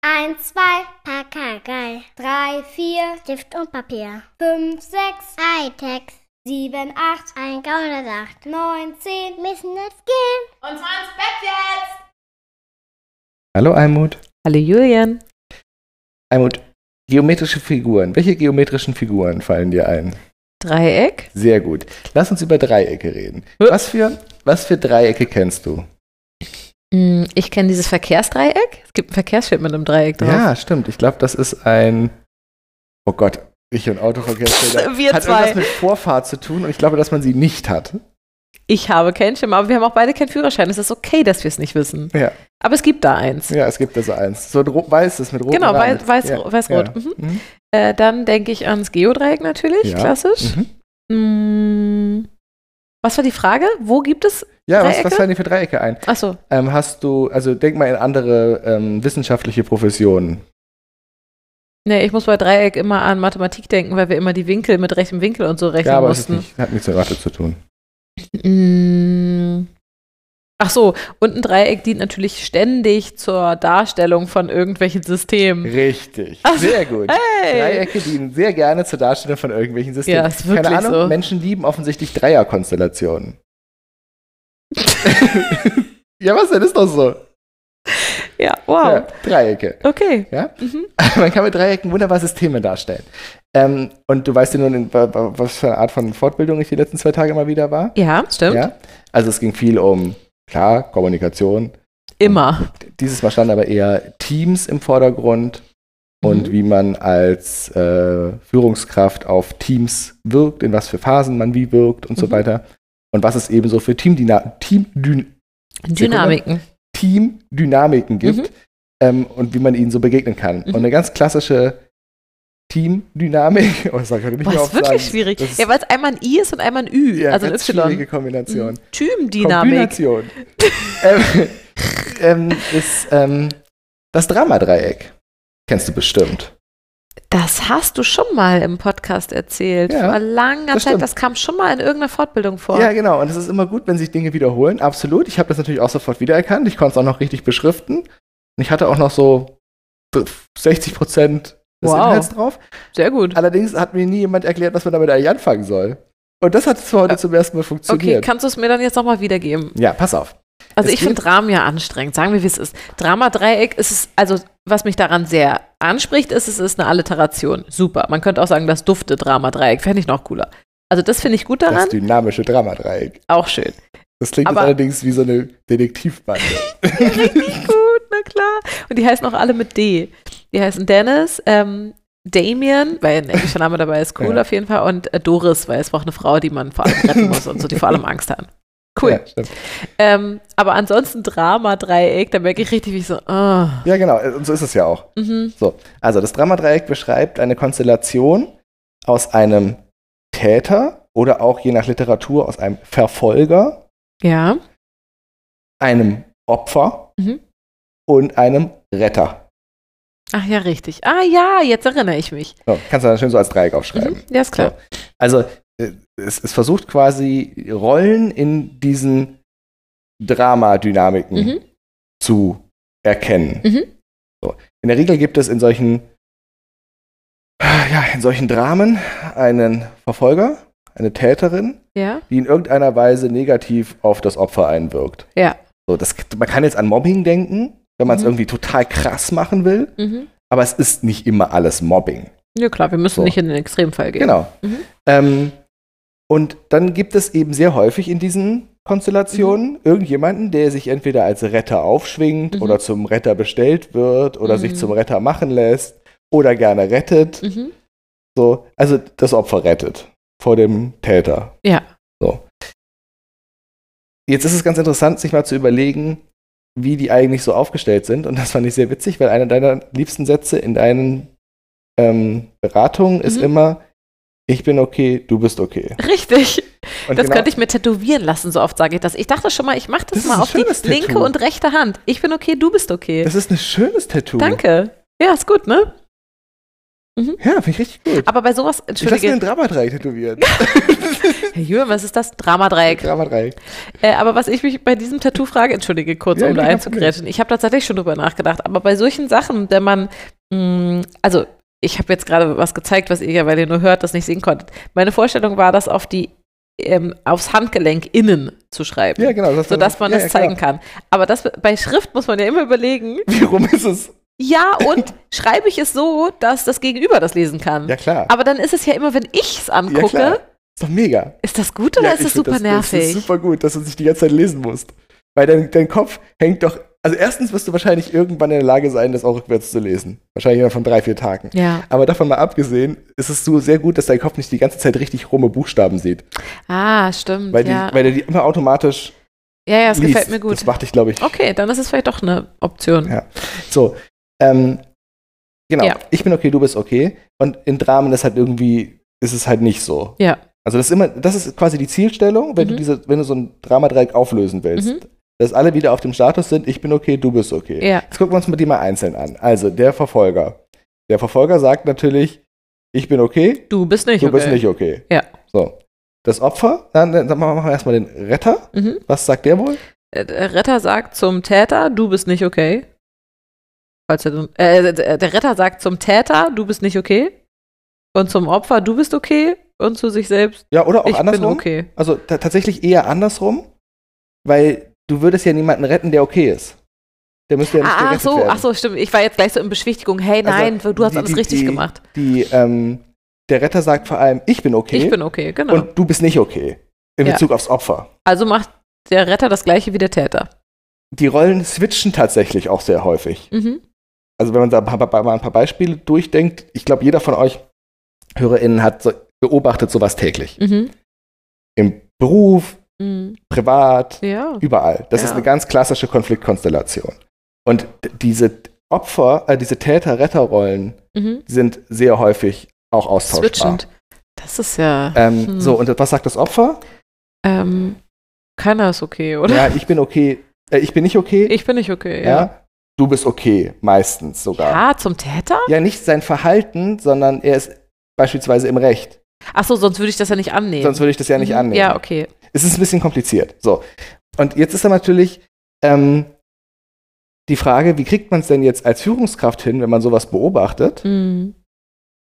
Eins, zwei, Pakagei. Drei, vier, Stift und Papier. fünf, sechs, Hightech. sieben, acht, Ein Gaunersacht. neun, zehn. Müssen jetzt gehen. Und zwar ins Bett jetzt! Hallo Almut. Hallo Julian. Almut, geometrische Figuren. Welche geometrischen Figuren fallen dir ein? Dreieck? Sehr gut. Lass uns über Dreiecke reden. Was für, was für Dreiecke kennst du? Hm, Ich kenne dieses Verkehrsdreieck. Es gibt ein Verkehrsschild mit einem Dreieck drauf. Ja, stimmt. Ich glaube, das ist ein. Oh Gott, ich und Autoverkehrsschilder. Wir hat zwei. irgendwas mit Vorfahrt zu tun und ich glaube, dass man sie nicht hat. Ich habe keinen Schimmer, aber wir haben auch beide keinen Führerschein. Es ist okay, dass wir es nicht wissen. Ja. Aber es gibt da eins. Ja, es gibt da so eins. So ein ro- weißes mit rotem Genau, Rand. weiß- weiß- ja. weiß-rot. Ja. Mhm. Mhm. Äh, dann denke ich ans Geodreieck natürlich, Ja. klassisch. Mhm. Hm, Was war die Frage? Wo gibt es? Ja, was, was Dreiecke? fallen dir für Dreiecke ein? Achso, Ähm, hast du, also denk mal in andere ähm, wissenschaftliche Professionen. nee, ich muss bei Dreieck immer an Mathematik denken, weil wir immer die Winkel mit rechtem Winkel und so rechnen ja, aber es ist mussten. nicht, hat nichts mit Mathe zu tun. Mm. Ach so, und ein Dreieck dient natürlich ständig zur Darstellung von irgendwelchen Systemen. Richtig. Hm. Ach, Sehr gut. Hey! Dreiecke dienen sehr gerne zur Darstellung von irgendwelchen Systemen. Ja, ist wirklich Keine Ahnung, so. Menschen lieben offensichtlich Dreierkonstellationen. ja, was denn? Ist doch so. Ja, wow. Ja, Dreiecke. Okay. Ja? Mhm. Man kann mit Dreiecken wunderbar Systeme darstellen. Ähm, und du weißt ja nun, in, wa- wa- was für eine Art von Fortbildung ich die letzten zwei Tage immer wieder war. Ja, stimmt. Ja? Also es ging viel um, klar, Kommunikation. Immer. Dieses Mal standen aber eher Teams im Vordergrund und Mhm. wie man als äh, Führungskraft auf Teams wirkt, in was für Phasen man wie wirkt und so Mhm. weiter. Und was es eben so für Teamdyna Teamdyn Dynamiken. Teamdynamiken gibt ähm, und wie man ihnen so begegnen kann. Mhm. Und eine ganz klassische Teamdynamik. Oh, das sag ich heute nicht Boah, mehr ist wirklich sagen. schwierig. Das ist, Ja, weil es einmal ein I ist und einmal ein Ü. ja, also ein ganz Y. schwierige Kombination. Tymdynamik. Kombination. ähm, ähm, ist ähm, das Dramadreieck. Kennst du bestimmt. Das hast du schon mal im Podcast erzählt. Ja, Vor langer das Zeit. stimmt. Das kam schon mal in irgendeiner Fortbildung vor. Ja, genau. Und es ist immer gut, wenn sich Dinge wiederholen. Absolut. Ich habe das natürlich auch sofort wiedererkannt. Ich konnte es auch noch richtig beschriften. Und ich hatte auch noch so 60 Prozent des Wow. Inhalts drauf. Sehr gut. Allerdings hat mir nie jemand erklärt, was man damit eigentlich anfangen soll. Und das hat für heute zum ersten Mal Okay, funktioniert. kannst du es mir dann jetzt nochmal wiedergeben? ja, pass auf. Also Es ich finde geht- Dramen ja anstrengend, sagen wir, wie es ist. Dramadreieck ist es, also was mich daran sehr anspricht, ist, es ist eine Alliteration. Super. Man könnte auch sagen, das dufte Dramadreieck, fände ich noch cooler. Also das finde ich gut Das daran, dynamische Dramadreieck. auch schön. Das klingt jetzt Aber- allerdings wie so eine Detektivbande. Richtig gut, na klar. Und die heißen auch alle mit D. Die heißen Dennis, ähm, Damien, weil ein englischer Name dabei ist, cool Ja. auf jeden Fall, und äh, Doris, weil es braucht eine Frau, die man vor allem retten muss und so, die vor allem Angst haben. Cool. Ja, stimmt. Ähm, aber ansonsten Dramadreieck, da merke ich richtig, wie ich so, ah, ja, genau. Und so ist es ja auch. mhm, Also das Dramadreieck beschreibt eine Konstellation aus einem Täter oder auch je nach Literatur aus einem Verfolger, ja. einem Opfer Mhm. und einem Retter. Ach ja, richtig. Ah ja, jetzt erinnere ich mich. So, kannst du dann schön so als Dreieck aufschreiben. Mhm. Ja, ist klar. Also äh, es, es versucht quasi Rollen in diesen Dramadynamiken Mhm. zu erkennen. Mhm. So. In der Regel gibt es in solchen, ja, in solchen Dramen einen Verfolger, eine Täterin, Ja. die in irgendeiner Weise negativ auf das Opfer einwirkt. Ja. So, das, man kann jetzt an Mobbing denken, wenn man es Mhm. irgendwie total krass machen will, Mhm. aber es ist nicht immer alles Mobbing. Ja, klar, wir müssen So. nicht in den Extremfall gehen. Genau. Mhm. Ähm, und dann gibt es eben sehr häufig in diesen Konstellationen irgendjemanden, der sich entweder als Retter aufschwingt Mhm. oder zum Retter bestellt wird oder sich Mhm. zum Retter machen lässt oder gerne rettet. Mhm. So, also das Opfer rettet vor dem Täter. Ja. So. Jetzt ist es ganz interessant, sich mal zu überlegen, wie die eigentlich so aufgestellt sind. Und das fand ich sehr witzig, weil einer deiner liebsten Sätze in deinen ähm, Beratungen ist Mhm. immer, ich bin okay, du bist okay. Richtig. Und das genau- könnte ich mir tätowieren lassen, so oft sage ich das. Ich dachte schon mal, ich mache das, Das ist mal ein auf die schönes Tattoo. linke und rechte Hand. Ich bin okay, du bist okay. das ist ein schönes Tattoo. Danke. Ja, ist gut, ne? Ja, finde ich richtig gut. Aber bei sowas, ich lasse mir ein entschuldige, Dramadreieck tätowieren. Herr Jürgen, was ist das? Dramadreieck. Drama Dreieck. Äh, aber was ich mich bei diesem Tattoo frage, entschuldige kurz, Ja, um da nee, kein Problem. einzugrätschen. Ich habe tatsächlich schon drüber nachgedacht, aber bei solchen Sachen, wenn man, mh, also ich habe jetzt gerade was gezeigt, was ihr ja, weil ihr nur hört, das nicht sehen konntet. Meine Vorstellung war, das auf die, ähm, aufs Handgelenk innen zu schreiben. Ja, genau. Sodass man ja, das ja, zeigen klar. kann. Aber das bei Schrift muss man ja immer überlegen, Wie rum ist es? ja, und schreibe ich es so, dass das Gegenüber das lesen kann. Ja, klar. Aber dann ist es ja immer, wenn ich es ja, angucke, klar. Ist doch mega. ist das gut oder ja, ist ich das find super nervig? Das ist super gut, dass du sich die ganze Zeit lesen musst. Weil dein, dein Kopf hängt doch. Also, erstens wirst du wahrscheinlich irgendwann in der Lage sein, das auch rückwärts zu lesen. Wahrscheinlich innerhalb von drei, vier Tagen. ja. Aber davon mal abgesehen, ist es so sehr gut, dass dein Kopf nicht die ganze Zeit richtig rumme Buchstaben sieht. Ah, stimmt. Weil, ja. die, weil er die immer automatisch ja, ja, das liest. gefällt mir gut. Das macht dich, glaube ich. Okay, dann ist es vielleicht doch eine Option. Ja. So. Ähm, genau. Ja. Ich bin okay, du bist okay. Und in Dramen ist halt irgendwie, ist es halt nicht so. Ja. Also das ist immer, das ist quasi die Zielstellung, wenn du Mhm. diese, wenn du so ein Dramadreieck auflösen willst. Mhm. Dass alle wieder auf dem Status sind, ich bin okay, du bist okay. Ja. Jetzt gucken wir uns mal die mal einzeln an. Also der Verfolger. Der Verfolger sagt natürlich, ich bin okay, Du bist nicht du okay. bist nicht okay. Ja. So. Das Opfer, dann, dann machen wir erstmal den Retter. Mhm. Was sagt der wohl? Äh, Der Retter sagt zum Täter, du bist nicht okay. Falls er, denn- äh, der der Retter sagt zum Täter, du bist nicht okay. Und zum Opfer, du bist okay. Und zu sich selbst, Ja, oder auch ich bin andersrum. okay. Also ta- tatsächlich eher andersrum, weil du würdest ja niemanden retten, der okay ist. Der müsste ja nicht Ah, ach gerettet so, werden. ach so, stimmt. Ich war jetzt gleich so in Beschwichtigung. Hey, Also, nein, du hast die- alles die- richtig die- gemacht. Die, ähm, der Retter sagt vor allem, ich bin okay Ich bin okay, genau. und du bist nicht okay in Ja. Bezug aufs Opfer. also macht der Retter das gleiche wie der Täter. Die Rollen switchen tatsächlich auch sehr häufig. Mhm. Also wenn man da ein paar, paar- mal ein paar Beispiele durchdenkt, ich glaube, jeder von euch HörerInnen hat so, beobachtet sowas täglich. Mhm. Im Beruf, Mhm. privat, Ja. Überall. Das Ja. ist eine ganz klassische Konfliktkonstellation. Und d- diese Opfer, äh, diese Täter-Retter-Rollen Mhm. sind sehr häufig auch austauschbar. Switchend. Das ist ja. Ähm, Hm. So, und was sagt das Opfer? Ähm, keiner ist okay, oder? Ja, ich bin okay, äh, ich bin nicht okay. Ich bin nicht okay. ja. Ja. Du bist okay, meistens sogar. Ja, zum Täter? ja, nicht sein Verhalten, sondern er ist beispielsweise im Recht. Achso, sonst würde ich das ja nicht annehmen. Sonst würde ich das ja nicht Mhm. annehmen. Ja, okay. Es ist ein bisschen kompliziert. So. Und jetzt ist da natürlich ähm, die Frage, wie kriegt man es denn jetzt als Führungskraft hin, wenn man sowas beobachtet, Mhm.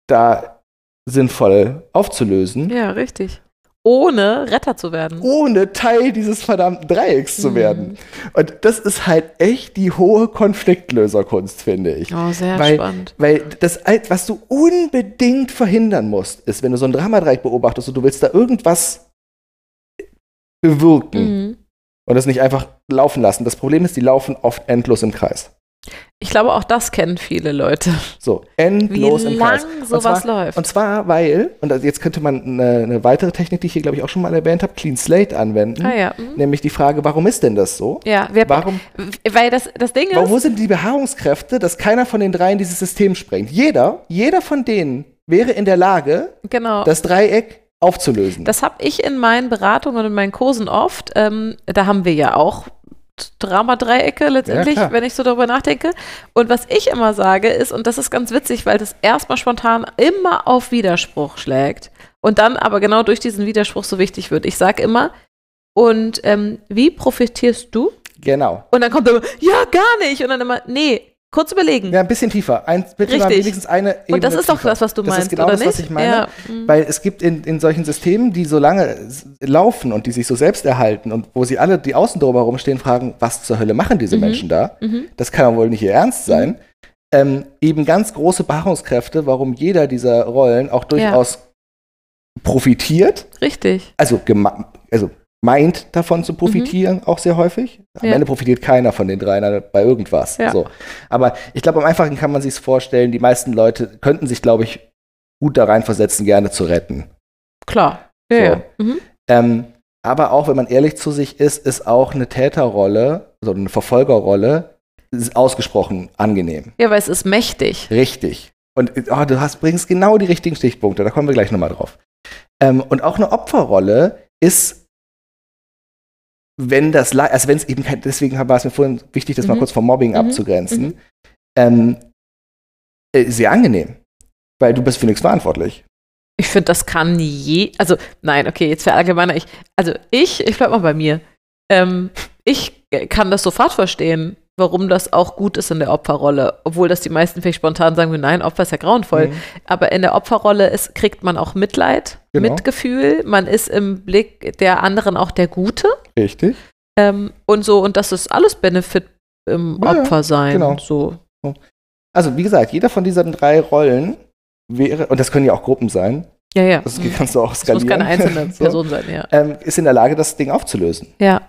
da sinnvoll aufzulösen, Ja, richtig. Ohne Retter zu werden. ohne Teil dieses verdammten Dreiecks zu Mhm. werden. Und das ist halt echt die hohe Konfliktlöserkunst, finde ich. Oh, sehr Weil- spannend. Weil das, Alt- was du unbedingt verhindern musst, ist, wenn du so ein Dramadreieck beobachtest und du willst da irgendwas bewirken, Mhm. und das nicht einfach laufen lassen. Das Problem ist, die laufen oft endlos im Kreis. Ich glaube, auch das kennen viele Leute. So, Wie endlos im Kreis. lang Und sowas zwar- läuft. Und zwar, weil, und also jetzt könnte man eine, eine weitere Technik, die ich hier, glaube ich, auch schon mal erwähnt habe, Clean Slate anwenden. ah, ja. Mhm. Nämlich die Frage, warum ist denn das so? Ja, wer, Warum, weil das, das Ding warum, ist, wo sind die Beharrungskräfte, dass keiner von den dreien dieses System sprengt? Jeder, jeder von denen wäre in der Lage, genau, das Dreieck aufzulösen. Das habe ich in meinen Beratungen und in meinen Kursen oft. Ähm, da haben wir ja auch Dramadreiecke letztendlich, Ja, klar. wenn ich so darüber nachdenke. Und was ich immer sage ist, und das ist ganz witzig, weil das erstmal spontan immer auf Widerspruch schlägt und dann aber genau durch diesen Widerspruch so wichtig wird. Ich sage immer, und ähm, wie profitierst du? genau. Und dann kommt immer, ja, gar nicht. Und dann immer, nee, kurz überlegen. Ja, ein bisschen tiefer. Ein, bitte mal Hm. Richtig. wenigstens eine Ebene und das ist doch tiefer. das, was du Das ist meinst, genau oder das, nicht? was ich meine. Ja, mhm. Weil es gibt in, in solchen Systemen, die so lange s- laufen und die sich so selbst erhalten und wo sie alle, die außen drüber rumstehen, fragen, was zur Hölle machen diese Mhm. Menschen da? Mhm. Das kann doch wohl nicht ihr Ernst sein. Ähm, eben ganz große Beharrungskräfte, warum jeder dieser Rollen auch durchaus profitiert, richtig. also, gema- also meint davon zu profitieren, auch sehr häufig. Am Mhm. Ja. Ende profitiert keiner von den dreien bei irgendwas. Ja. So. Aber ich glaube, am einfachen kann man sich vorstellen, die meisten Leute könnten sich, glaube ich, gut da reinversetzen, gerne zu retten. Klar. Ja, So. ja. Mhm. Ähm, aber auch, wenn man ehrlich zu sich ist, ist auch eine Täterrolle, so eine Verfolgerrolle, ist ausgesprochen angenehm. ja, weil es ist mächtig. Richtig. Und oh, du hast, bringst genau die richtigen Stichpunkte, da kommen wir gleich nochmal drauf. Ähm, und auch eine Opferrolle ist, wenn das, le- also wenn es eben kein, deswegen war es mir vorhin wichtig, das mal Mhm. kurz vom Mobbing Mhm. abzugrenzen, Mhm. ähm, äh, sehr angenehm, weil du bist für nichts verantwortlich. Ich finde, das kann je. Also, nein, okay, jetzt verallgemeiner ich. Also, ich, ich bleib mal bei mir. Ähm, ich äh, kann das sofort verstehen, warum das auch gut ist in der Opferrolle. Obwohl das die meisten vielleicht spontan sagen würden, nein, Opfer ist ja grauenvoll. Mhm. Aber in der Opferrolle ist, kriegt man auch Mitleid, Genau. Mitgefühl. Man ist im Blick der anderen auch der Gute. Richtig. Ähm, und so, und das ist alles Benefit im Ja, ja, Opfer sein. genau. So. Also, wie gesagt, jeder von diesen drei Rollen wäre, und das können ja auch Gruppen sein, Ja, ja. das Mhm. kannst du auch Es muss skalieren. keine einzelne so, Person sein, ja. Ähm, ist in der Lage, das Ding aufzulösen. Ja.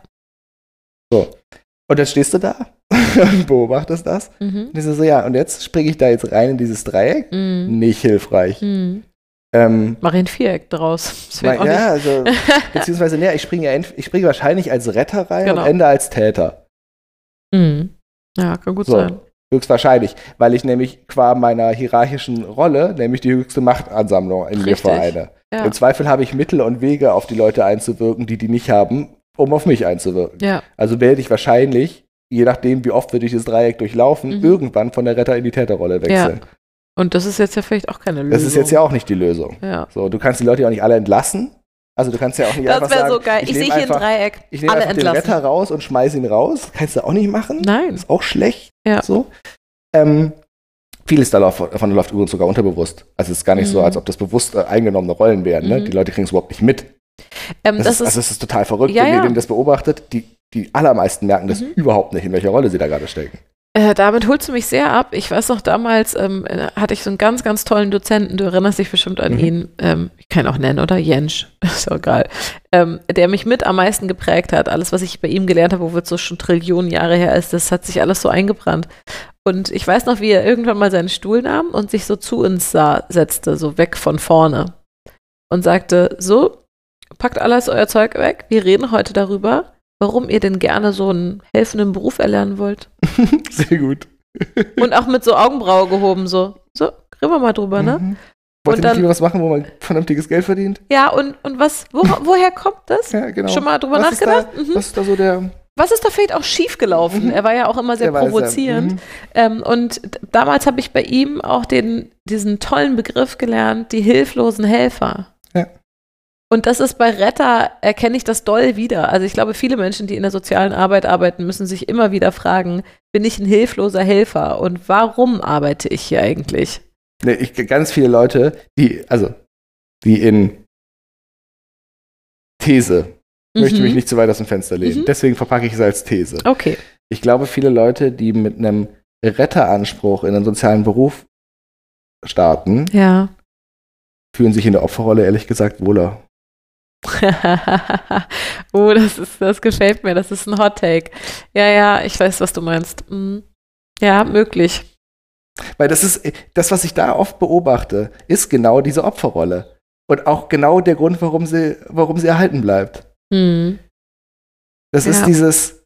Und dann stehst du da und beobachtest das. Mhm. Und ich so, so, ja, und jetzt springe ich da jetzt rein in dieses Dreieck. Mhm. Nicht hilfreich. Mhm. Ähm, Mach ich ein Viereck draus. Das weil, wird auch ja, nicht. also, beziehungsweise, nee, ich springe ja ent- ich springe wahrscheinlich als Retter rein Genau. und ende als Täter. Mhm. Ja, kann gut So. sein. Höchstwahrscheinlich, weil ich nämlich qua meiner hierarchischen Rolle nämlich die höchste Machtansammlung in mir Richtig. vereine. Ja. Im Zweifel habe ich Mittel und Wege, auf die Leute einzuwirken, die die nicht haben, um auf mich einzuwirken. Ja, Also werde ich wahrscheinlich, je nachdem, wie oft wir dieses Dreieck durchlaufen, Mhm. irgendwann von der Retter in die Täterrolle wechseln. und das ist jetzt ja vielleicht auch keine Lösung. Das ist jetzt ja auch nicht die Lösung. Ja. So, du kannst die Leute ja auch nicht alle entlassen. Also du kannst ja auch nicht Das einfach wäre sagen, so geil. Ich, nehm sehe hier ein einfach- Dreieck. Ich nehme Alle einfach den entlassen. Retter raus und schmeiße ihn raus. Kannst du auch nicht machen. Nein. Ist auch schlecht. Ja. So. Ähm, vieles da läuft- davon läuft übrigens sogar unterbewusst. Also es ist gar nicht so, Mhm. als ob das bewusst äh, eingenommene Rollen wären. Ne? Mhm. Die Leute kriegen es überhaupt nicht mit. Ähm, Das, ist, also es ist total verrückt, Ja, wenn ja. ihr denen das beobachtet. Die, die allermeisten merken das Mhm. überhaupt nicht, in welcher Rolle sie da gerade stecken. Äh, damit holst du mich sehr ab. Ich weiß noch, damals ähm, äh, hatte ich so einen ganz, ganz tollen Dozenten, du erinnerst dich bestimmt an Mhm. ihn, ähm, ich kann ihn auch nennen, oder? Jensch, ist auch geil. Ähm, der mich mit am meisten geprägt hat. Alles, was ich bei ihm gelernt habe, wo wir so schon Trillionen Jahre her ist, das hat sich alles so eingebrannt. Und ich weiß noch, wie er irgendwann mal seinen Stuhl nahm und sich so zu uns sah, setzte, so weg von vorne. Und sagte, so, packt alles euer Zeug weg. Wir reden heute darüber, warum ihr denn gerne so einen helfenden Beruf erlernen wollt. Sehr gut. Und auch mit so Augenbraue gehoben, so. So, reden wir mal drüber, ne? Mhm. Wollt ihr dann- nicht lieber was machen, wo man vernünftiges Geld verdient? Ja, und, und was, wo, woher kommt das? Ja, genau. Schon mal drüber was nachgedacht? Ist Mhm. da, was ist da so der... Was ist da vielleicht auch schiefgelaufen? Mhm. Er war ja auch immer sehr der Weiser? provozierend. Mhm. Ähm, und d- damals habe ich bei ihm auch den, diesen tollen Begriff gelernt, die hilflosen Helfer. Ja. Und das ist bei Retter, erkenne ich das doll wieder. Also ich glaube, viele Menschen, die in der sozialen Arbeit arbeiten, müssen sich immer wieder fragen, bin ich ein hilfloser Helfer und warum arbeite ich hier eigentlich? Nee, ich, ganz viele Leute, die, also, die in These, möchte Mhm. mich nicht zu weit aus dem Fenster lehnen, Mhm. Oh. deswegen verpacke ich es als These. Okay. Ich glaube, viele Leute, die mit einem Retteranspruch in einen sozialen Beruf starten, Ja. fühlen sich in der Opferrolle ehrlich gesagt wohler. oh, das ist, das gefällt mir. Das ist ein Hot Take. Ja, ja, ich weiß, was du meinst. Mhm. Ja, möglich. Weil das ist, das, was ich da oft beobachte, ist genau diese Opferrolle. Und auch genau der Grund, warum sie, warum sie erhalten bleibt. Mhm. Das Ja. ist dieses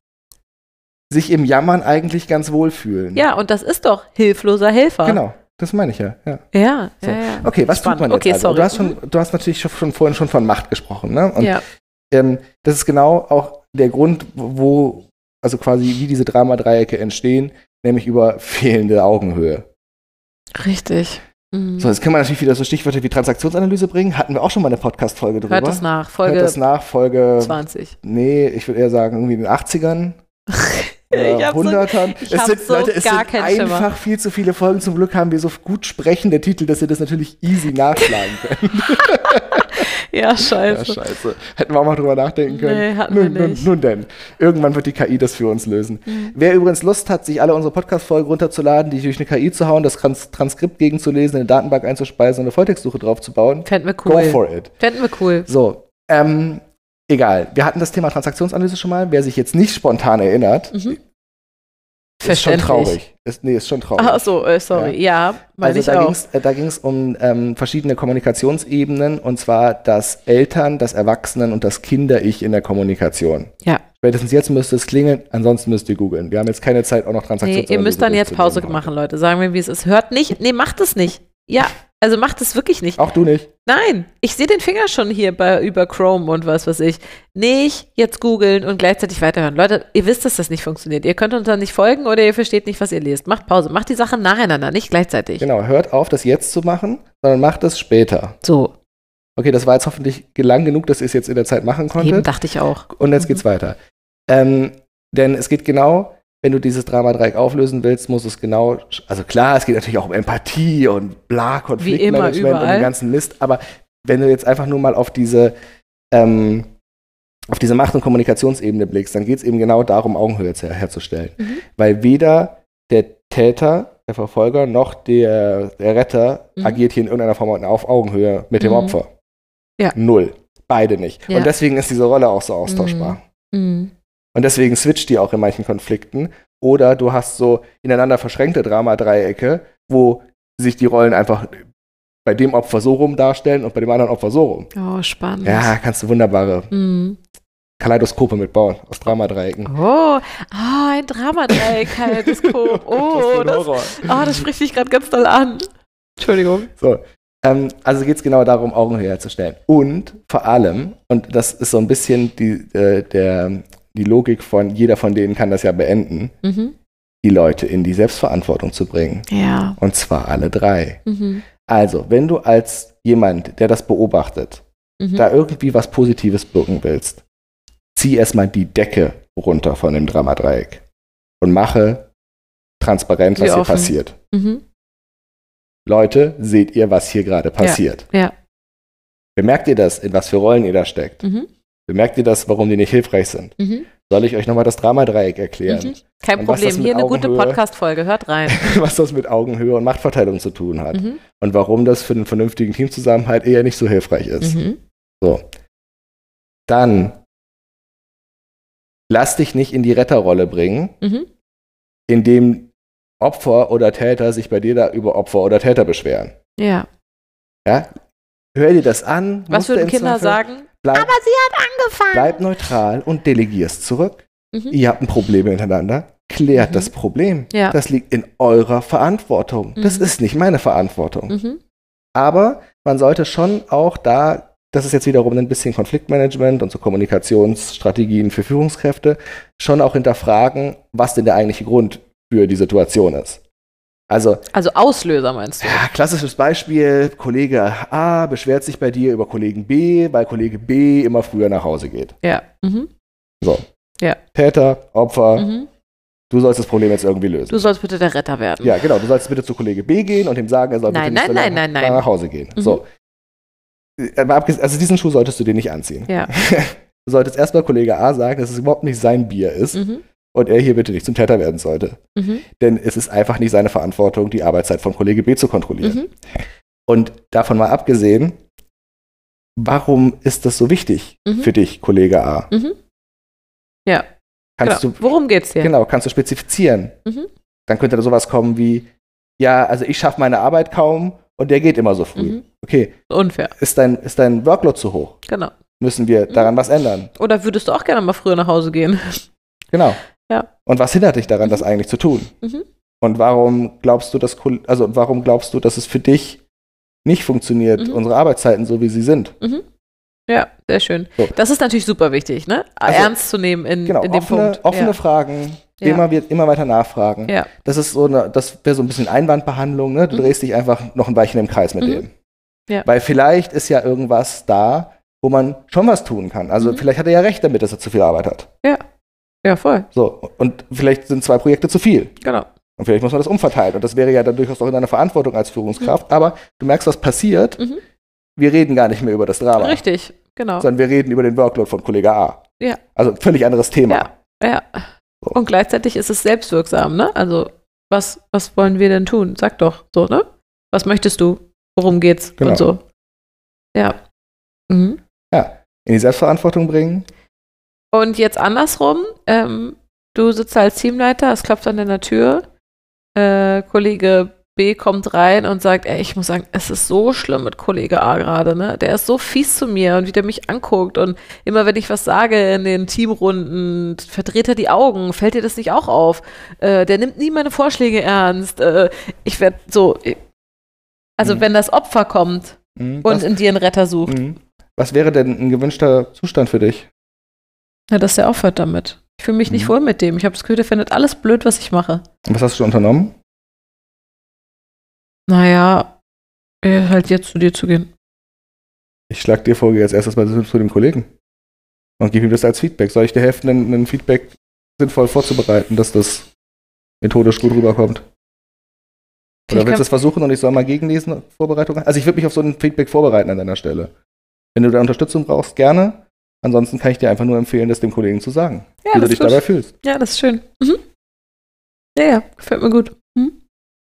sich im Jammern eigentlich ganz wohlfühlen. Ja, und das ist doch hilfloser Helfer. Mhm. Genau, das meine ich ja. ja. Ja, So. ja, ja. Okay, was Spannend. tut man jetzt Okay, also? sorry. Du hast, schon, du hast natürlich schon, schon vorhin schon von Macht gesprochen, ne? Und ja. ähm, das ist genau auch der Grund, wo, also quasi wie diese Dramadreiecke entstehen, nämlich über fehlende Augenhöhe. Richtig. Mhm. So, jetzt kann man natürlich wieder so Stichwörter wie Transaktionsanalyse bringen. Hatten wir auch schon mal eine Podcast-Folge drüber. Hört das nach. Folge Hört das nach, Folge, 20. nee, ich würde eher sagen, irgendwie in den 80ern. Ich Oder hab so- Hundertern. ich es hab sind, so Leute, es gar sind keinen einfach Schimmer. viel zu viele Folgen. Zum Glück haben wir so gut sprechende Titel, dass ihr das natürlich easy nachschlagen könnt. Ja, Ja, scheiße. scheiße. Hätten wir auch mal drüber nachdenken können. Nee, hatten nun, wir nicht. Mhm. Nun, nun denn. Irgendwann wird die KI das für uns lösen. Wer übrigens Lust hat, sich alle unsere Podcast-Folgen runterzuladen, die durch eine KI zu hauen, das Trans Transkript gegenzulesen, in eine Datenbank einzuspeisen und eine Volltextsuche draufzubauen, Fänden wir go cool. for it. Fänden wir cool. So, ähm, egal. Wir hatten das Thema Transaktionsanalyse schon mal. Wer sich jetzt nicht spontan erinnert, Mhm. ist schon Verständlich. traurig. Ist, nee, ist schon traurig. Ach so, äh, sorry. Ja, meine Also ich da auch. ging's, äh, da ging es um ähm, verschiedene Kommunikationsebenen und zwar das Eltern, das Erwachsenen und das Kinder-Ich in der Kommunikation. Ja. Spätestens jetzt müsste es klingeln, ansonsten müsst ihr googeln. Wir haben jetzt keine Zeit, auch noch Transaktionen Nee, ihr müsst dann jetzt Pause machen, Leute. Sagen wir, wie es ist. Hört nicht. Nee, macht es nicht. Ja, also macht es wirklich nicht. Auch du nicht. Nein, ich sehe den Finger schon hier bei, über Chrome und was weiß ich. Nicht jetzt googeln und gleichzeitig weiterhören. Leute, ihr wisst, dass das nicht funktioniert. Ihr könnt uns dann nicht folgen oder ihr versteht nicht, was ihr lest. Macht Pause. Macht die Sachen nacheinander, nicht gleichzeitig. Genau, hört auf, das jetzt zu machen, sondern macht es später. So. Okay, das war jetzt hoffentlich lang genug, dass ihr es jetzt in der Zeit machen Eben konntet. dachte ich auch. Und jetzt geht's weiter. Ähm, denn es geht genau, wenn du dieses Drama-Dreieck auflösen willst, muss es genau, also klar, es geht natürlich auch um Empathie und bla, Konfliktmanagement und überall. den ganzen Mist, aber wenn du jetzt einfach nur mal auf diese, ähm, auf diese Macht- und Kommunikationsebene blickst, dann geht's eben genau darum, Augenhöhe her herzustellen. Mhm. Weil weder der Täter, der Verfolger, noch der, der Retter Mhm. agiert hier in irgendeiner Form auf Augenhöhe mit dem Mhm. Opfer. Ja. Null. Beide nicht. Ja. Und deswegen ist diese Rolle auch so austauschbar. Mhm. Mhm. Und deswegen switcht die auch in manchen Konflikten. Oder du hast so ineinander verschränkte Drama-Dreiecke, wo sich die Rollen einfach bei dem Opfer so rum darstellen und bei dem anderen Opfer so rum. Oh, spannend. Ja, kannst du wunderbare Mhm. Kaleidoskope mitbauen aus Dramadreiecken. Oh, ah, ein Dramadreieck, Kaleidoskop. Oh, wird das, Horror. oh, das spricht mich gerade ganz doll an. Entschuldigung. So. Ähm, also geht es genau darum, Augenhöhe herzustellen. Und vor allem, und das ist so ein bisschen die, äh, der, die Logik von jeder von denen kann das ja beenden, Mhm. die Leute in die Selbstverantwortung zu bringen. Ja. Und zwar alle drei. Mhm. Also, wenn du als jemand, der das beobachtet, Mhm. da irgendwie was Positives birken willst, zieh erstmal die Decke runter von dem Dramadreieck und mache transparent, Tür was hier offen. passiert. Mhm. Leute, seht ihr, was hier gerade passiert? ja. Bemerkt ihr das, in was für Rollen ihr da steckt? Mhm. Bemerkt ihr das, warum die nicht hilfreich sind? Mhm. Soll ich euch nochmal das Dramadreieck erklären, Mhm. Kein Und was das Problem. mit Hier eine gute Augenhöhe- Podcast-Folge. Hört rein. was das mit Augenhöhe und Machtverteilung zu tun hat Mhm. und warum das für den vernünftigen Teamzusammenhalt eher nicht so hilfreich ist? Mhm. Dann lass dich nicht in die Retterrolle bringen, Mhm. indem Opfer oder Täter sich bei dir da über Opfer oder Täter beschweren. Ja. Ja? Hör dir das an. Was muster im würden Kinder Zweifel, sagen? Bleib, Aber sie hat angefangen. bleib neutral und delegierst zurück. Mhm. ihr habt ein Problem miteinander, klärt Mhm. das Problem. Ja. Das liegt in eurer Verantwortung. Das Mhm. ist nicht meine Verantwortung. Mhm. Aber man sollte schon auch da, das ist jetzt wiederum ein bisschen Konfliktmanagement und so Kommunikationsstrategien für Führungskräfte, schon auch hinterfragen, was denn der eigentliche Grund für die Situation ist. Also, Also Auslöser meinst du? ja, Ah, klassisches Beispiel, Kollege A beschwert sich bei dir über Kollegen B, weil Kollege B immer früher nach Hause geht. Ja. Mhm. Täter, Opfer, Mhm. du sollst das Problem jetzt irgendwie lösen. Du sollst bitte der Retter werden. Ja, genau. Du sollst bitte zu Kollege B gehen und ihm sagen, er soll bitte Nein, nicht nein, so lange nein, nein, nach- nein. nach Hause gehen. Mhm. So. Aber abges- Also diesen Schuh solltest du dir nicht anziehen. Ja. Du solltest erstmal Kollege A sagen, dass es überhaupt nicht sein Bier ist Mhm. und er hier bitte nicht zum Täter werden sollte. Mhm. Denn es ist einfach nicht seine Verantwortung, die Arbeitszeit von Kollege B zu kontrollieren. Mhm. Und davon mal abgesehen, warum ist das so wichtig Mhm. für dich, Kollege A? Mhm. Ja. Kannst genau. du Worum geht's hier? Genau, kannst du spezifizieren. Mhm. Dann könnte da sowas kommen wie, ja, also ich schaffe meine Arbeit kaum und der geht immer so früh. Mhm. Okay, Unfair. ist dein, ist dein Workload zu hoch? Genau. Müssen wir daran was ändern? Oder würdest du auch gerne mal früher nach Hause gehen? Genau. Ja. Und was hindert dich daran, das eigentlich zu tun? Mhm. Und warum glaubst du, dass Kol- also warum glaubst du, dass es für dich nicht funktioniert, Mhm. unsere Arbeitszeiten so wie sie sind? Ja, sehr schön. So. Das ist natürlich super wichtig, ne? Also, Ernst zu nehmen in, Genau, in dem offene, Punkt. offene ja. Fragen, Ja. immer, wird, immer weiter nachfragen. Ja. Das ist so eine, das wäre so ein bisschen Einwandbehandlung, ne? Du Mhm. drehst dich einfach noch ein Weilchen im Kreis mit Mhm. dem. Ja. Weil vielleicht ist ja irgendwas da, wo man schon was tun kann. Also Mhm. vielleicht hat er ja recht damit, dass er zu viel Arbeit hat. ja, voll. So, und vielleicht sind zwei Projekte zu viel. Genau. Und vielleicht muss man das umverteilen. Und das wäre ja dann durchaus auch in deiner Verantwortung als Führungskraft. Aber du merkst, was passiert. Mhm. Wir reden gar nicht mehr über das Drama, Richtig. Genau. sondern wir reden über den Workload von Kollege A. Ja. Also ein völlig anderes Thema. Ja. Ja. So. Und gleichzeitig ist es selbstwirksam, ne? Also, was, was wollen wir denn tun? Sag doch so, ne? Was möchtest du? Worum geht's? Genau. Und so. Ja. Mhm. In die Selbstverantwortung bringen. Und jetzt andersrum, ähm, du sitzt als Teamleiter, es klopft an deiner Tür, äh, Kollege B kommt rein und sagt, ey, ich muss sagen, es ist so schlimm mit Kollege A gerade, ne? Der ist so fies zu mir und wie der mich anguckt und immer wenn ich was sage in den Teamrunden, verdreht er die Augen, fällt dir das nicht auch auf? Äh, der nimmt nie meine Vorschläge ernst. Äh, ich werde so, also Mhm. wenn das Opfer kommt Mhm, und das- in dir einen Retter sucht, Mhm. Was wäre denn ein gewünschter Zustand für dich? Na, dass der aufhört damit. Ich fühle mich nicht Mhm. wohl mit dem. Ich habe das Gefühl, der findet alles blöd, was ich mache. Und was hast du unternommen? Naja, äh, halt jetzt zu dir zu gehen. ich schlag dir vor, geh als erstes mal zu dem Kollegen und gib ihm das als Feedback. Soll ich dir helfen, ein ein Feedback sinnvoll vorzubereiten, dass das methodisch gut rüberkommt? Oder Vielleicht willst kann- du es versuchen und ich soll mal gegenlesen, Vorbereitung? Also ich würde mich auf so ein Feedback vorbereiten an deiner Stelle. Wenn du da Unterstützung brauchst, gerne. Ansonsten kann ich dir einfach nur empfehlen, das dem Kollegen zu sagen, Ja, wie du das dich ist dabei gut. fühlst. ja, das ist schön. Mhm. Ja, ja, gefällt mir gut. Mhm.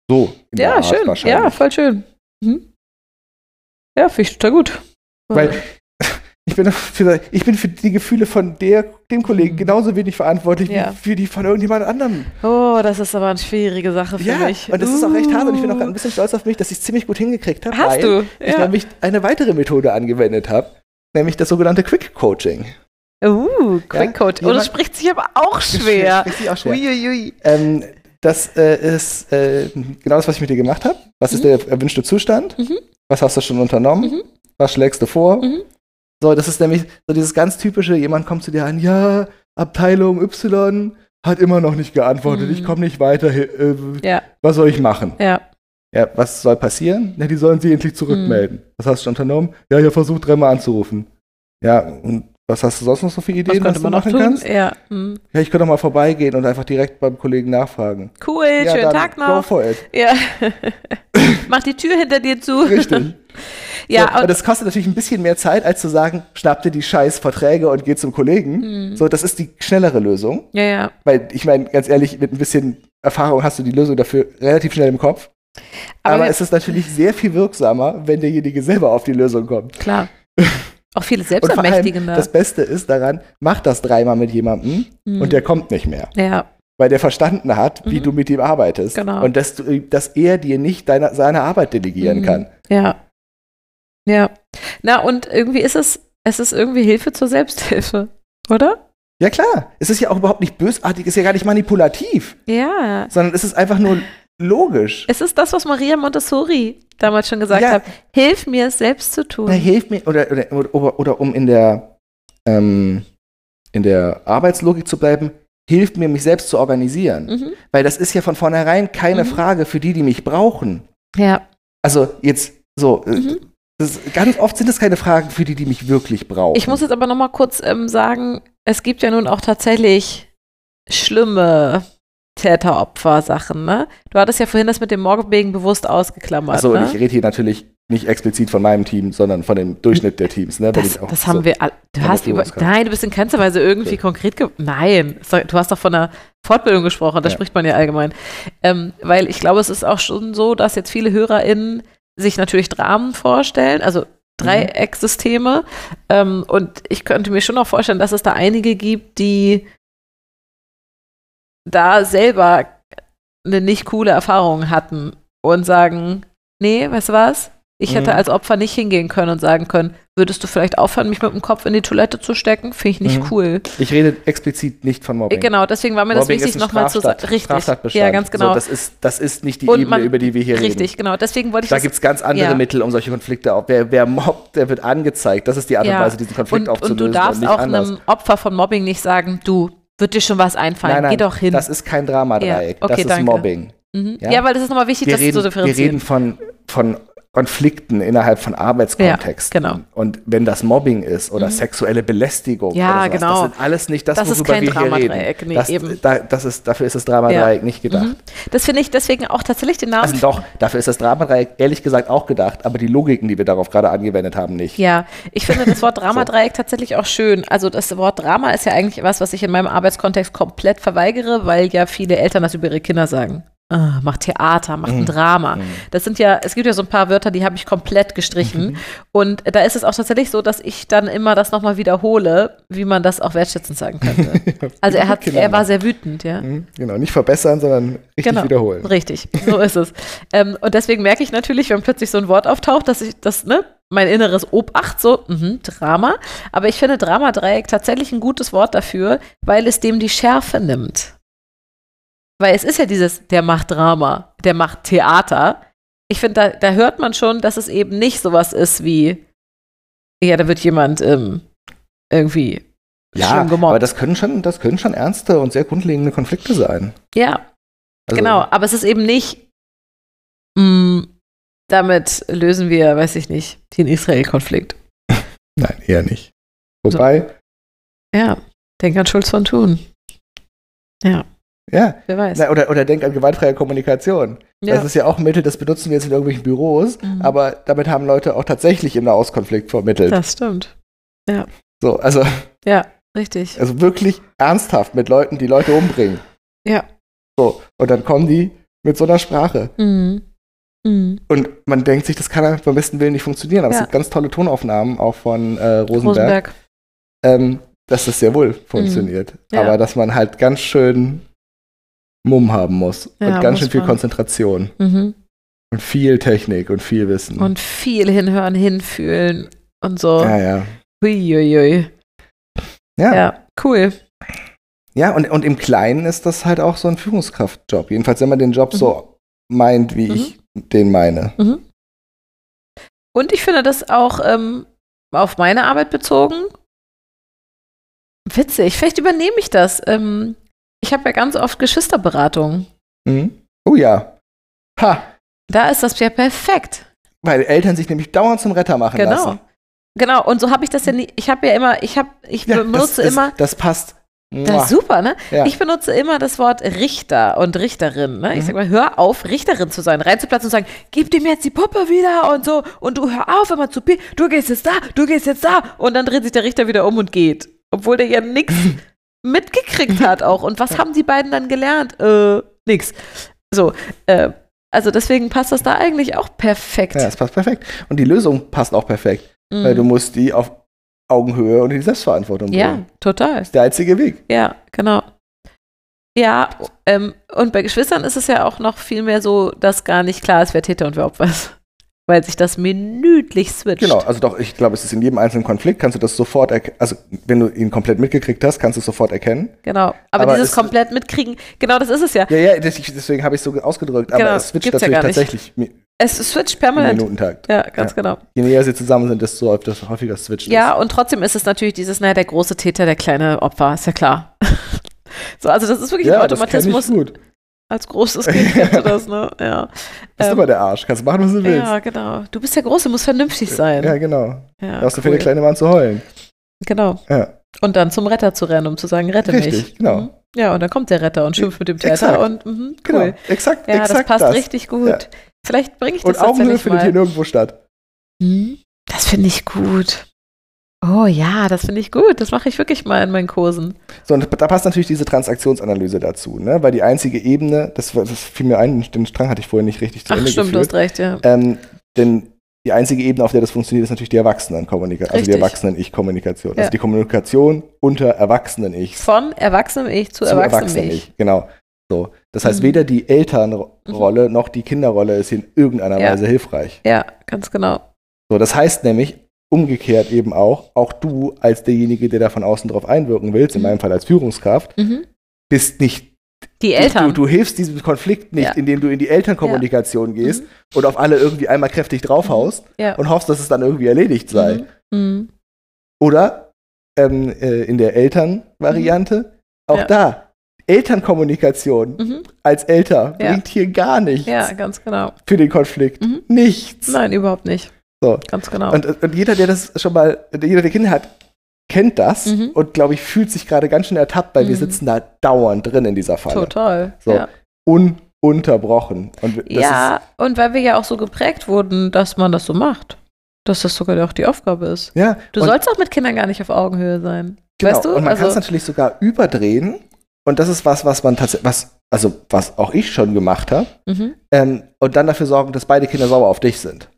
So, in der Ja, Art schön. Ja, voll schön. Mhm. Ja, finde ich total gut. Weil ich bin, für, ich bin für die Gefühle von der, dem Kollegen genauso wenig verantwortlich Mhm. Ja. wie für die von irgendjemand anderem. oh, das ist aber eine schwierige Sache für Ja, mich. und das ist auch recht hart und ich bin auch Uh. ein bisschen stolz auf mich, dass ich es ziemlich gut hingekriegt habe. Hast weil du? Ich Ja. nämlich eine weitere Methode angewendet habe, nämlich das sogenannte Quick Coaching. Uh, Quick Coach. Ja, oh, jemand- das spricht sich aber auch schwer. Richtig auch schwer. Uiuiui. Ähm, das äh, ist äh, genau das, was ich mit dir gemacht habe. Was ist der erwünschte Zustand? Mhm. Was hast du schon unternommen? Mhm. Was schlägst du vor? Mhm. So, das ist nämlich so dieses ganz typische, jemand kommt zu dir an, ja, Abteilung Y hat immer noch nicht geantwortet, Mhm. ich komme nicht weiter, äh, Ja. was soll ich machen? Ja. Ja, was soll passieren? Na, die sollen sie endlich zurückmelden. Mhm. Was hast du schon unternommen? Ja, ich habe versucht, dreimal anzurufen. Ja, und was hast du sonst noch so für Was Ideen, was, könnte du man noch machen tun? kannst? Ja. Mhm. Ja, ich könnte doch mal vorbeigehen und einfach direkt beim Kollegen nachfragen. Cool, ja, schönen dann Tag Go noch. for it. Ja. Mach die Tür hinter dir zu. Richtig. Ja, so, und und, das kostet natürlich ein bisschen mehr Zeit, als zu sagen, schnapp dir die scheiß Verträge und geh zum Kollegen. Hm. So, das ist die schnellere Lösung. ja, ja. Weil ich meine, ganz ehrlich, mit ein bisschen Erfahrung hast du die Lösung dafür relativ schnell im Kopf. Aber Aber, wir- es ist natürlich sehr viel wirksamer, wenn derjenige selber auf die Lösung kommt. Klar. Auch viele ne? Und vor allem, Selbstermächtigende. das Beste ist daran, mach das dreimal mit jemandem und der kommt nicht mehr. ja, Weil der verstanden hat, wie Hm. Mhm. du mit ihm arbeitest. Genau. Und dass, du, dass er dir nicht deine, seine Arbeit delegieren Mhm. kann. ja. Ja. Na, und irgendwie ist es, es ist irgendwie Hilfe zur Selbsthilfe, oder? Ja klar, es ist ja auch überhaupt nicht bösartig, es ist ja gar nicht manipulativ, Ja. sondern es ist einfach nur logisch. Es ist das, was Maria Montessori damals schon gesagt Ja. hat. Hilf mir, es selbst zu tun. Na, hilft mir, oder, oder, oder, oder um in der, ähm, in der Arbeitslogik zu bleiben, hilft mir, mich selbst zu organisieren. Mhm. Weil das ist ja von vornherein keine Mhm. Frage für die, die mich brauchen. Ja. Also jetzt so, äh, Mhm. das, ganz oft sind es keine Fragen für die, die mich wirklich brauchen. Ich muss jetzt aber noch mal kurz ähm, sagen, es gibt ja nun auch tatsächlich schlimme Täter-Opfer-Sachen, ne? Du hattest ja vorhin das mit dem Mobbing bewusst ausgeklammert, Achso, Also, und ne? ich rede hier natürlich nicht explizit von meinem Team, sondern von dem Durchschnitt der Teams. Ne? Wenn Das, ich auch das haben so- wir all, Du Keine hast über. Führungskraft. Nein, du bist in keinster Weise irgendwie Okay. konkret. Ge nein, Sorry, du hast doch von einer Fortbildung gesprochen, da Ja. spricht man ja allgemein. Ähm, weil ich glaube, es ist auch schon so, dass jetzt viele HörerInnen sich natürlich Dramen vorstellen, Mhm. also Dreiecksysteme. Ähm, und ich könnte mir schon auch vorstellen, dass es da einige gibt, die da selber eine nicht coole Erfahrung hatten und sagen, nee, weißt du was? Ich hätte Mhm. als Opfer nicht hingehen können und sagen können, würdest du vielleicht aufhören, mich mit dem Kopf in die Toilette zu stecken? Finde ich nicht Mhm. cool. Ich rede explizit nicht von Mobbing. Genau, deswegen war mir Mobbing das ist wichtig, ein nochmal zu sagen. Straftat- Richtig. Straftatbestand. Ja, ganz genau. So, das, ist, das ist nicht die Und Ebene, man- über die wir hier reden. richtig, genau. Deswegen wollte ich Da das gibt es ganz andere Ja. Mittel, um solche Konflikte auch. Wer, wer mobbt, der wird angezeigt. Das ist die Art und Ja. Weise, diesen Konflikt und, aufzulösen. und du darfst nicht auch anders. einem Opfer von Mobbing nicht sagen, du, wird dir schon was einfallen, nein, nein, geh doch hin. Das ist kein Dramadreieck. Ja, okay, das ist danke. Mobbing. mhm. ja. ja. weil das ist nochmal wichtig, Wir das reden, zu wir differenzieren. reden von, von Konflikten innerhalb von Arbeitskontexten. Ja, genau. Mhm. Und wenn das Mobbing ist oder sexuelle Belästigung, Ja, oder sowas, genau. das sind alles nicht das, Das ist worüber kein wir hier Dramadreieck, reden. nee, das, eben. Da, das ist, dafür ist das Dramadreieck nicht gedacht. Mhm. Das finde ich deswegen auch tatsächlich den Namen. Also doch, dafür ist das Dramadreieck ehrlich gesagt auch gedacht, aber die Logiken, die wir darauf gerade angewendet haben, nicht. ja, ich finde das Wort Dramadreieck tatsächlich auch schön. Also das Wort Drama ist ja eigentlich was, was ich in meinem Arbeitskontext komplett verweigere, weil ja viele Eltern das über ihre Kinder sagen. Ah, mach Theater, mach Mhm. ein Drama. Das sind ja, es gibt ja so ein paar Wörter, die habe ich komplett Mhm. gestrichen. Und da ist es auch tatsächlich so, dass ich dann immer das nochmal wiederhole, wie man das auch wertschätzend sagen könnte. Also er hat, Kinder er war machen. sehr wütend, ja. Mhm, Genau, nicht verbessern, sondern Genau. richtig wiederholen. Richtig, so ist es. ähm, und deswegen merke ich natürlich, wenn plötzlich so ein Wort auftaucht, dass ich das, ne, mein inneres Obacht so, mhm, Drama. Aber ich finde Dramadreieck tatsächlich ein gutes Wort dafür, weil es dem die Schärfe nimmt. Weil es ist ja dieses, der macht Drama, der macht Theater. Ich finde, da, da hört man schon, dass es eben nicht sowas ist wie, ja, da wird jemand ähm, irgendwie Ja, schlimm gemobbt. aber das können, schon, das können schon ernste und sehr grundlegende Konflikte sein. ja, Also, genau, aber es ist eben nicht, mm, damit lösen wir, weiß ich nicht, den Israel-Konflikt. Nein, eher nicht. Wobei, Ja, denk an Schulz von Thun. ja, Wer weiß. na, oder, oder denk an gewaltfreie Kommunikation. ja. Das ist ja auch ein Mittel, das benutzen wir jetzt in irgendwelchen Büros, Mhm. aber damit haben Leute auch tatsächlich im Nahostkonflikt vermittelt. das stimmt. So, also, Ja, richtig. also wirklich ernsthaft mit Leuten, die Leute umbringen. Ja. So, und dann kommen die mit so einer Sprache. Mhm. Mhm. Und man denkt sich, das kann ja beim besten Willen nicht funktionieren, aber Ja. es gibt ganz tolle Tonaufnahmen auch von äh, Rosenberg, Rosenberg. Mhm. ähm, dass das sehr wohl funktioniert. Ja. Aber dass man halt ganz schön Mumm haben muss Ja, und ganz muss schön viel man. Konzentration Mhm. und viel Technik und viel Wissen. Und viel hinhören, hinfühlen und so. Mhm. ja, ja. Huiuiui. Ja, Ja. ja. cool. und, und im Kleinen ist das halt auch so ein Führungskraftjob. Jedenfalls, wenn man den Job so meint, wie Mhm. ich den meine. Und ich finde das auch ähm, auf meine Arbeit bezogen witzig. Vielleicht übernehme ich das. Ähm, ich habe ja ganz oft Geschwisterberatungen. Mhm. Oh ja. Ha, Da ist das ja perfekt. weil Eltern sich nämlich dauernd zum Retter machen Genau. lassen. Genau. Und so habe ich das ja nie. Ich habe ja immer, ich habe, ich Ja, benutze das, immer. Das, das passt. Das Mua. ist super, ne? Ja. Ich benutze immer das Wort Richter und Richterin. Ne? Ich Mhm. sag mal, hör auf, Richterin zu sein, reinzuplatzen und sagen, gib dem jetzt die Puppe wieder und so. Und du hör auf, immer zu pi, du gehst jetzt da, du gehst jetzt da. Und dann dreht sich der Richter wieder um und geht. Obwohl der ja nichts mitgekriegt hat auch. Und was haben die beiden dann gelernt? Äh, nix. So, äh, also deswegen passt das da eigentlich auch perfekt. Ja, das passt perfekt. Und die Lösung passt auch perfekt, Mhm. weil du musst die auf Augenhöhe und in die Selbstverantwortung ja, bringen. total. Das ist der einzige Weg. Ja, genau. Ja, ähm, und bei Geschwistern ist es ja auch noch viel mehr so, dass gar nicht klar ist, wer Täter und wer Opfer ist. Weil sich das minütlich switcht. Genau, also doch, ich glaube, es ist in jedem einzelnen Konflikt, kannst du das sofort erkennen, also wenn du ihn komplett mitgekriegt hast, kannst du es sofort erkennen. genau. Aber, Aber dieses es- komplett mitkriegen, genau das ist es ja. Ja, ja, das- ich- deswegen habe ich es so ausgedrückt, aber Genau, es switcht gibt's ja natürlich gar nicht. tatsächlich mi- Es switcht im permanent. Minutentakt. Ja, ganz Ja. genau. Je näher sie zusammen sind, desto häufig- desto häufiger switcht Ja, und trotzdem ist es natürlich dieses, naja, der große Täter, der kleine Opfer, ist ja klar. so, also das ist es. wirklich Ja, ein das kenn ich Automatismus. gut. Als großes Kind kennst du das, ne? Ja. Bist Ähm, immer der Arsch, kannst machen, was du willst. ja, genau. Du bist der Große, musst vernünftig sein. Ja, genau. Ja, Darfst du für den cool. kleinen Mann zu heulen. Genau. Ja. Und dann zum Retter zu rennen, um zu sagen, rette Richtig, mich. genau. Mhm. Ja, und dann kommt der Retter und schimpft mit dem Täter Exakt. und mhm, Genau, cool. exakt, Ja, das exakt passt richtig gut. Ja. Vielleicht bringe ich das Und Augenhöhe tatsächlich findet hier mal. nirgendwo statt. Hm? Das finde ich gut. Oh ja, das finde ich gut. Das mache ich wirklich mal in meinen Kursen. So, und da passt natürlich diese Transaktionsanalyse dazu, ne? weil die einzige Ebene, das, war- das fiel mir ein, den Strang hatte ich vorhin nicht richtig zu Ach Ende stimmt, du geführt. hast recht, ja. Ähm, denn die einzige Ebene, auf der das funktioniert, ist natürlich die Erwachsenenkommunikation, also die Richtig. Erwachsenen-Ich-Kommunikation. Ja. Also die Kommunikation unter Erwachsenen-Ichs. Von erwachsenem Ich zu, erwachsenem Ich. Genau. So. Das heißt, Mhm. weder die Elternrolle noch die Kinderrolle ist in irgendeiner Ja. Weise hilfreich. Ja, ganz genau. So, das heißt nämlich umgekehrt eben auch, auch du als derjenige, der da von außen drauf einwirken willst, in Mhm. meinem Fall als Führungskraft, Mhm. bist nicht Die Du- Eltern. Du, du hilfst diesem Konflikt nicht, Ja. indem du in die Elternkommunikation gehst Mhm. und auf alle irgendwie einmal kräftig draufhaust Ja. und hoffst, dass es dann irgendwie erledigt sei. Mhm. Mhm. Oder ähm, äh, in der Elternvariante, auch Mhm. Ja. da. Elternkommunikation Mhm. als Elter Ja. bringt hier gar nichts Ja, ganz genau. für den Konflikt. Mhm. Nichts. Nein, überhaupt nicht. So. Ganz genau. Und, und jeder, der das schon mal, jeder, der Kinder hat, kennt das Mhm. und glaube ich, fühlt sich gerade ganz schön ertappt, weil wir Mhm. sitzen da dauernd drin in dieser Falle. Total. So. Ja. Ununterbrochen. Und das ist ja, und weil wir ja auch so geprägt wurden, dass man das so macht. Dass das sogar auch die Aufgabe ist. Ja, Du und, sollst auch mit Kindern gar nicht auf Augenhöhe sein. genau, weißt du? Und man kann es also, natürlich sogar überdrehen. Und das ist was, was man tatsächlich, was, also was auch ich schon gemacht habe. mhm. Ähm, und dann dafür sorgen, dass beide Kinder sauer auf dich sind.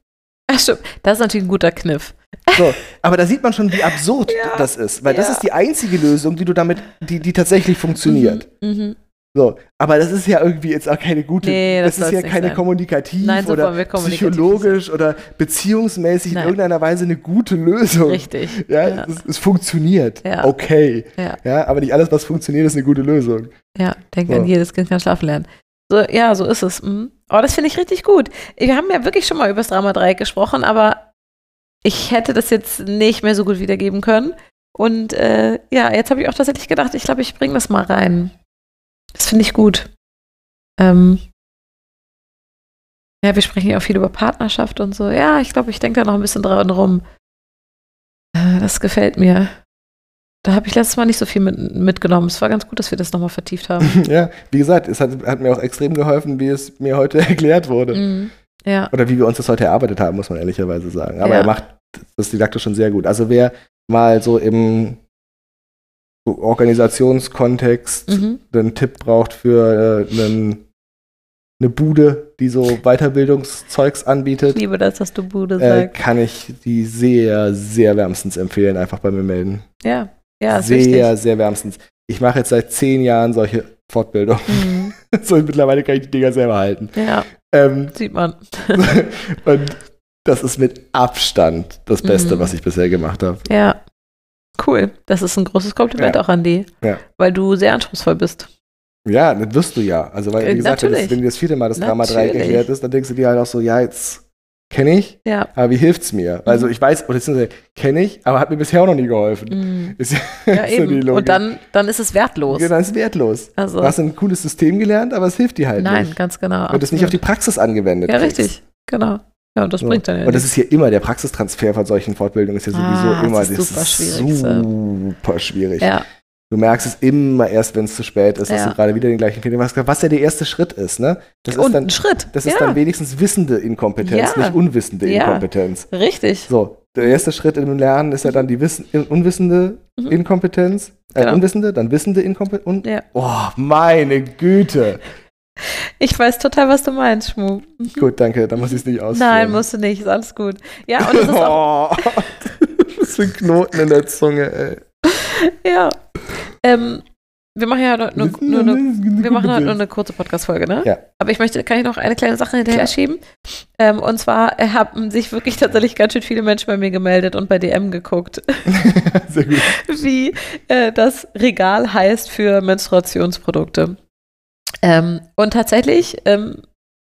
Ach, stimmt. Das ist natürlich ein guter Kniff. So, aber da sieht man schon, wie absurd Ja, das ist, weil das ja. ist die einzige Lösung, die du damit, die, die tatsächlich funktioniert. Mhm. Mhm. So, aber das ist ja irgendwie jetzt auch keine gute, Nee, das das, ist soll's ja nicht keine sein. kommunikativ Nein, so wollen oder wir kommunikativ psychologisch oder beziehungsmäßig Nein. in irgendeiner Weise eine gute Lösung. Richtig. Ja, Ja. Es, es funktioniert. Ja. Okay. Ja. ja, aber nicht alles, was funktioniert, ist eine gute Lösung. Ja, denk So. an jedes Kind kann schlafen lernen. So, ja, so ist es. Mhm. Oh, das finde ich richtig gut. Wir haben ja wirklich schon mal über das Drama Dreieck gesprochen, aber ich hätte das jetzt nicht mehr so gut wiedergeben können. Und äh, ja, jetzt habe ich auch tatsächlich gedacht, ich glaube, ich bringe das mal rein. Das finde ich gut. Ähm, ja, wir sprechen ja auch viel über Partnerschaft und so. Ja, ich glaube, ich denke da noch ein bisschen dran rum. Äh, das gefällt mir. Da habe ich letztes Mal nicht so viel mit, mitgenommen. Es war ganz gut, dass wir das nochmal vertieft haben. Ja, wie gesagt, es hat, hat mir auch extrem geholfen, wie es mir heute erklärt wurde. Mhm. Ja. Oder wie wir uns das heute erarbeitet haben, muss man ehrlicherweise sagen. Aber Ja. er macht das didaktisch schon sehr gut. Also wer mal so im Organisationskontext Mhm. einen Tipp braucht für äh, einen, eine Bude, die so Weiterbildungszeugs Ich anbietet, liebe das, dass du Bude äh, sagst. kann ich die sehr, sehr wärmstens empfehlen. Einfach bei mir melden. Ja. Ja, ist sehr, wichtig. sehr wärmstens. Ich mache jetzt seit zehn Jahren solche Fortbildungen. Mhm. so, mittlerweile kann ich die Dinger selber halten. Ja, Ähm, sieht man. und das ist mit Abstand das Beste, Mhm. was ich bisher gemacht habe. Ja. Cool. Das ist ein großes Kompliment Ja. auch an die. Ja. Weil du sehr anspruchsvoll bist. Ja, das wirst du ja. Also, weil, Äh, wie gesagt, wenn, das, natürlich. wenn dir das vierte Mal das Drama 3 Natürlich. erklärt ist, dann denkst du dir halt auch so, ja, jetzt kenne ich, Ja. aber wie hilft's mir? Also, ich weiß, oder beziehungsweise kenne ich, aber hat mir bisher auch noch nie geholfen. Mhm. Ist ja, Ja, ist so die eben. Logik. Und dann, dann ist es wertlos. Genau, ist wertlos. Also, Du hast ein cooles System gelernt, aber es hilft dir halt nein, nicht. ganz genau. Wenn du es nicht auf die Praxis angewendet Ja, kriegst. richtig. Genau. Ja, und das So. bringt dann ja Und das nichts. ist hier immer, der Praxistransfer von solchen Fortbildungen ist ja sowieso Ah, das immer ist das super ist schwierig, super schwierig. Ja, Du merkst es immer erst, wenn es zu spät ist, dass Ja. du gerade wieder den gleichen Fehler machst, was ja der erste Schritt ist, ne? Das und ist dann, ein Schritt. das ja. ist dann wenigstens wissende Inkompetenz, Ja. nicht unwissende Ja. Inkompetenz. Richtig. So, der erste Schritt im Lernen ist ja dann die wissen, in, unwissende Mhm. Inkompetenz, äh, Genau. unwissende, dann wissende Inkompetenz. Ja. Oh, meine Güte. Ich weiß total, was du meinst, Schmu. Gut, danke, dann muss ich es nicht ausführen. Mhm. Nein, musst du nicht, ist alles gut. Ja, und es ist auch, oh, das ist ein Knoten in der Zunge, ey. ja. Ähm, wir machen ja heute nur, nur eine Wir machen heute nur eine kurze Podcast-Folge, ne? Ja. Aber ich möchte, kann ich noch eine kleine Sache hinterher schieben? Ähm, und zwar äh, haben sich wirklich tatsächlich ganz schön viele Menschen bei mir gemeldet und bei DM geguckt, Sehr gut. wie äh, das Regal heißt für Menstruationsprodukte. Ähm, und tatsächlich ähm,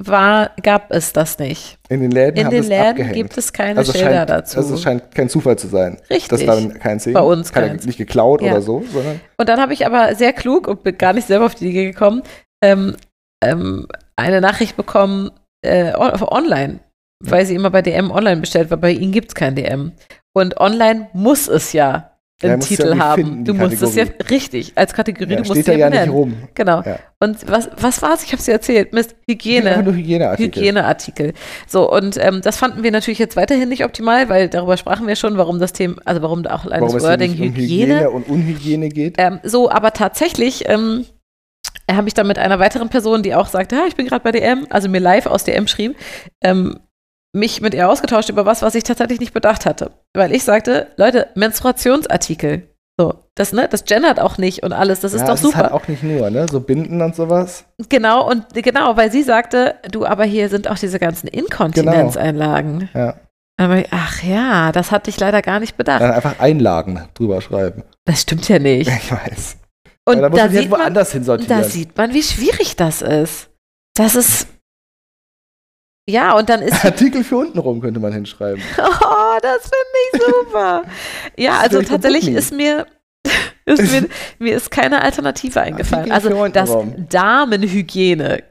war, gab es das nicht. In den Läden In haben den es Läden abgehängt. gibt es keine also es Schilder scheint, dazu. Also es scheint kein Zufall zu sein. Das Richtig. war kein Segen. Bei uns Keiner keins. nicht geklaut Ja. oder so, sondern Und dann habe ich aber sehr klug und bin gar nicht selber auf die Idee gekommen, ähm, ähm, eine Nachricht bekommen äh, on- auf- online, weil sie immer bei DM online bestellt war. Bei ihnen gibt es kein DM. Und online muss es ja Ja, einen musst ja Titel irgendwie haben. finden, die du musst es ja Kategorie. richtig als Kategorie. ja, du musst steht sie da ja benennen. nicht rum. Genau. Ja. Und was, was war es? Ich habe es dir erzählt. Mist, Hygiene. Einfach nur Hygieneartikel. Hygieneartikel. So, und ähm, das fanden wir natürlich jetzt weiterhin nicht optimal, weil darüber sprachen wir schon, warum das Thema, also warum da auch allein Warum das es hier Wording nicht um Hygiene Hygiene und Unhygiene geht. ähm, so, aber tatsächlich ähm, habe ich dann mit einer weiteren Person, die auch sagte, ah, ich bin gerade bei DM, also mir live aus DM schrieb, ähm, mich mit ihr ausgetauscht über was, was ich tatsächlich nicht bedacht hatte. Weil ich sagte, Leute, Menstruationsartikel. So, das, ne, das gendert auch nicht und alles, das ist ja, doch es super. Ist halt auch nicht nur, ne? So Binden und sowas. genau, und genau, weil sie sagte, du, aber hier sind auch diese ganzen Inkontinenzeinlagen. Genau. Ja. Aber ich, ach ja, das hatte ich leider gar nicht bedacht. Dann einfach Einlagen drüber schreiben. Das stimmt ja nicht. Ich weiß. Und ja, da muss da man die halt sieht man, woanders hin Und sortieren. Da sieht man, wie schwierig das ist. Das ist. Ja, und dann ist. Artikel für unten rum könnte man hinschreiben. Oh, das finde ich super. Ja, Das also ist vielleicht tatsächlich kaputt ist mir, ist mir. Mir ist keine Alternative eingefallen. Artikel für Also, unten dass rum. Damenhygiene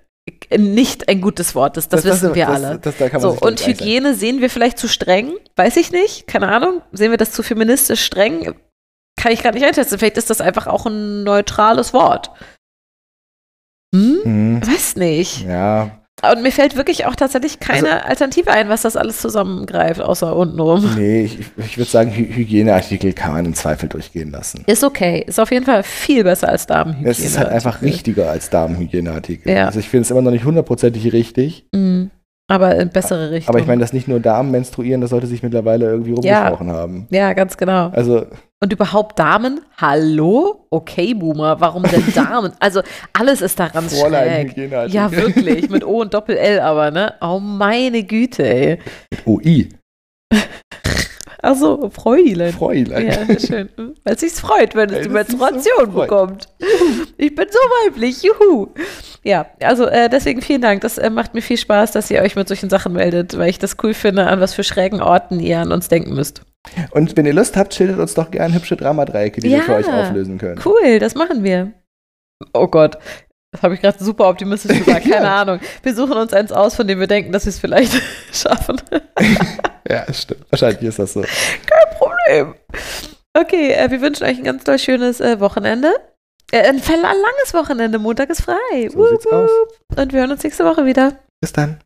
nicht ein gutes Wort ist, das, wissen wir das, alle. Das, das, da kann man So, sich dann und gleich sein. Hygiene sehen wir vielleicht zu streng, weiß ich nicht, keine Ahnung. Sehen wir das zu feministisch streng? Kann ich gerade nicht einschätzen. Vielleicht ist das einfach auch ein neutrales Wort. Hm? Mhm. Weiß nicht. Ja, Und mir fällt wirklich auch tatsächlich keine Also Alternative ein, was das alles zusammengreift, außer untenrum. Nee, ich, ich würde sagen, Hy Hygieneartikel kann man im Zweifel durchgehen lassen. Ist okay. Ist auf jeden Fall viel besser als Damenhygiene. Es ist halt einfach richtiger als Damenhygieneartikel. Ja. Also ich finde es immer noch nicht hundertprozentig richtig, Mhm. Aber in bessere Richtung. aber ich meine, dass nicht nur Damen menstruieren, das sollte sich mittlerweile irgendwie Ja. rumgesprochen haben. Ja, ganz genau. Also Und überhaupt Damen? Hallo? Okay, Boomer, warum denn Damen? Also alles ist daran Fräulein schräg. Ja, wirklich. Mit O und Doppel-L aber, ne? Oh, meine Güte, ey. OI, Also, Fräulein. Fräulein. Ja, schön. Weil sich's freut, wenn es ne? Weil es die sich so Menstruation freut. bekommt. Ich bin so weiblich, juhu. Ja, also äh, deswegen vielen Dank. Das äh, macht mir viel Spaß, dass ihr euch mit solchen Sachen meldet, weil ich das cool finde, an was für schrägen Orten ihr an uns denken müsst. Und wenn ihr Lust habt, schildert uns doch gerne hübsche Dramadreiecke, die Ja. wir für euch auflösen können. Cool, das machen wir. Oh Gott. Das habe ich gerade super optimistisch gesagt. Keine Ahnung. Wir suchen uns eins aus, von dem wir denken, dass wir es vielleicht schaffen. Ja, stimmt. Wahrscheinlich ist das so. Problem. Okay, äh, wir wünschen euch ein ganz toll schönes äh, Wochenende. Äh, ein verla- langes Wochenende. Montag ist frei. So sieht's aus. Und wir hören uns nächste Woche wieder. Bis dann.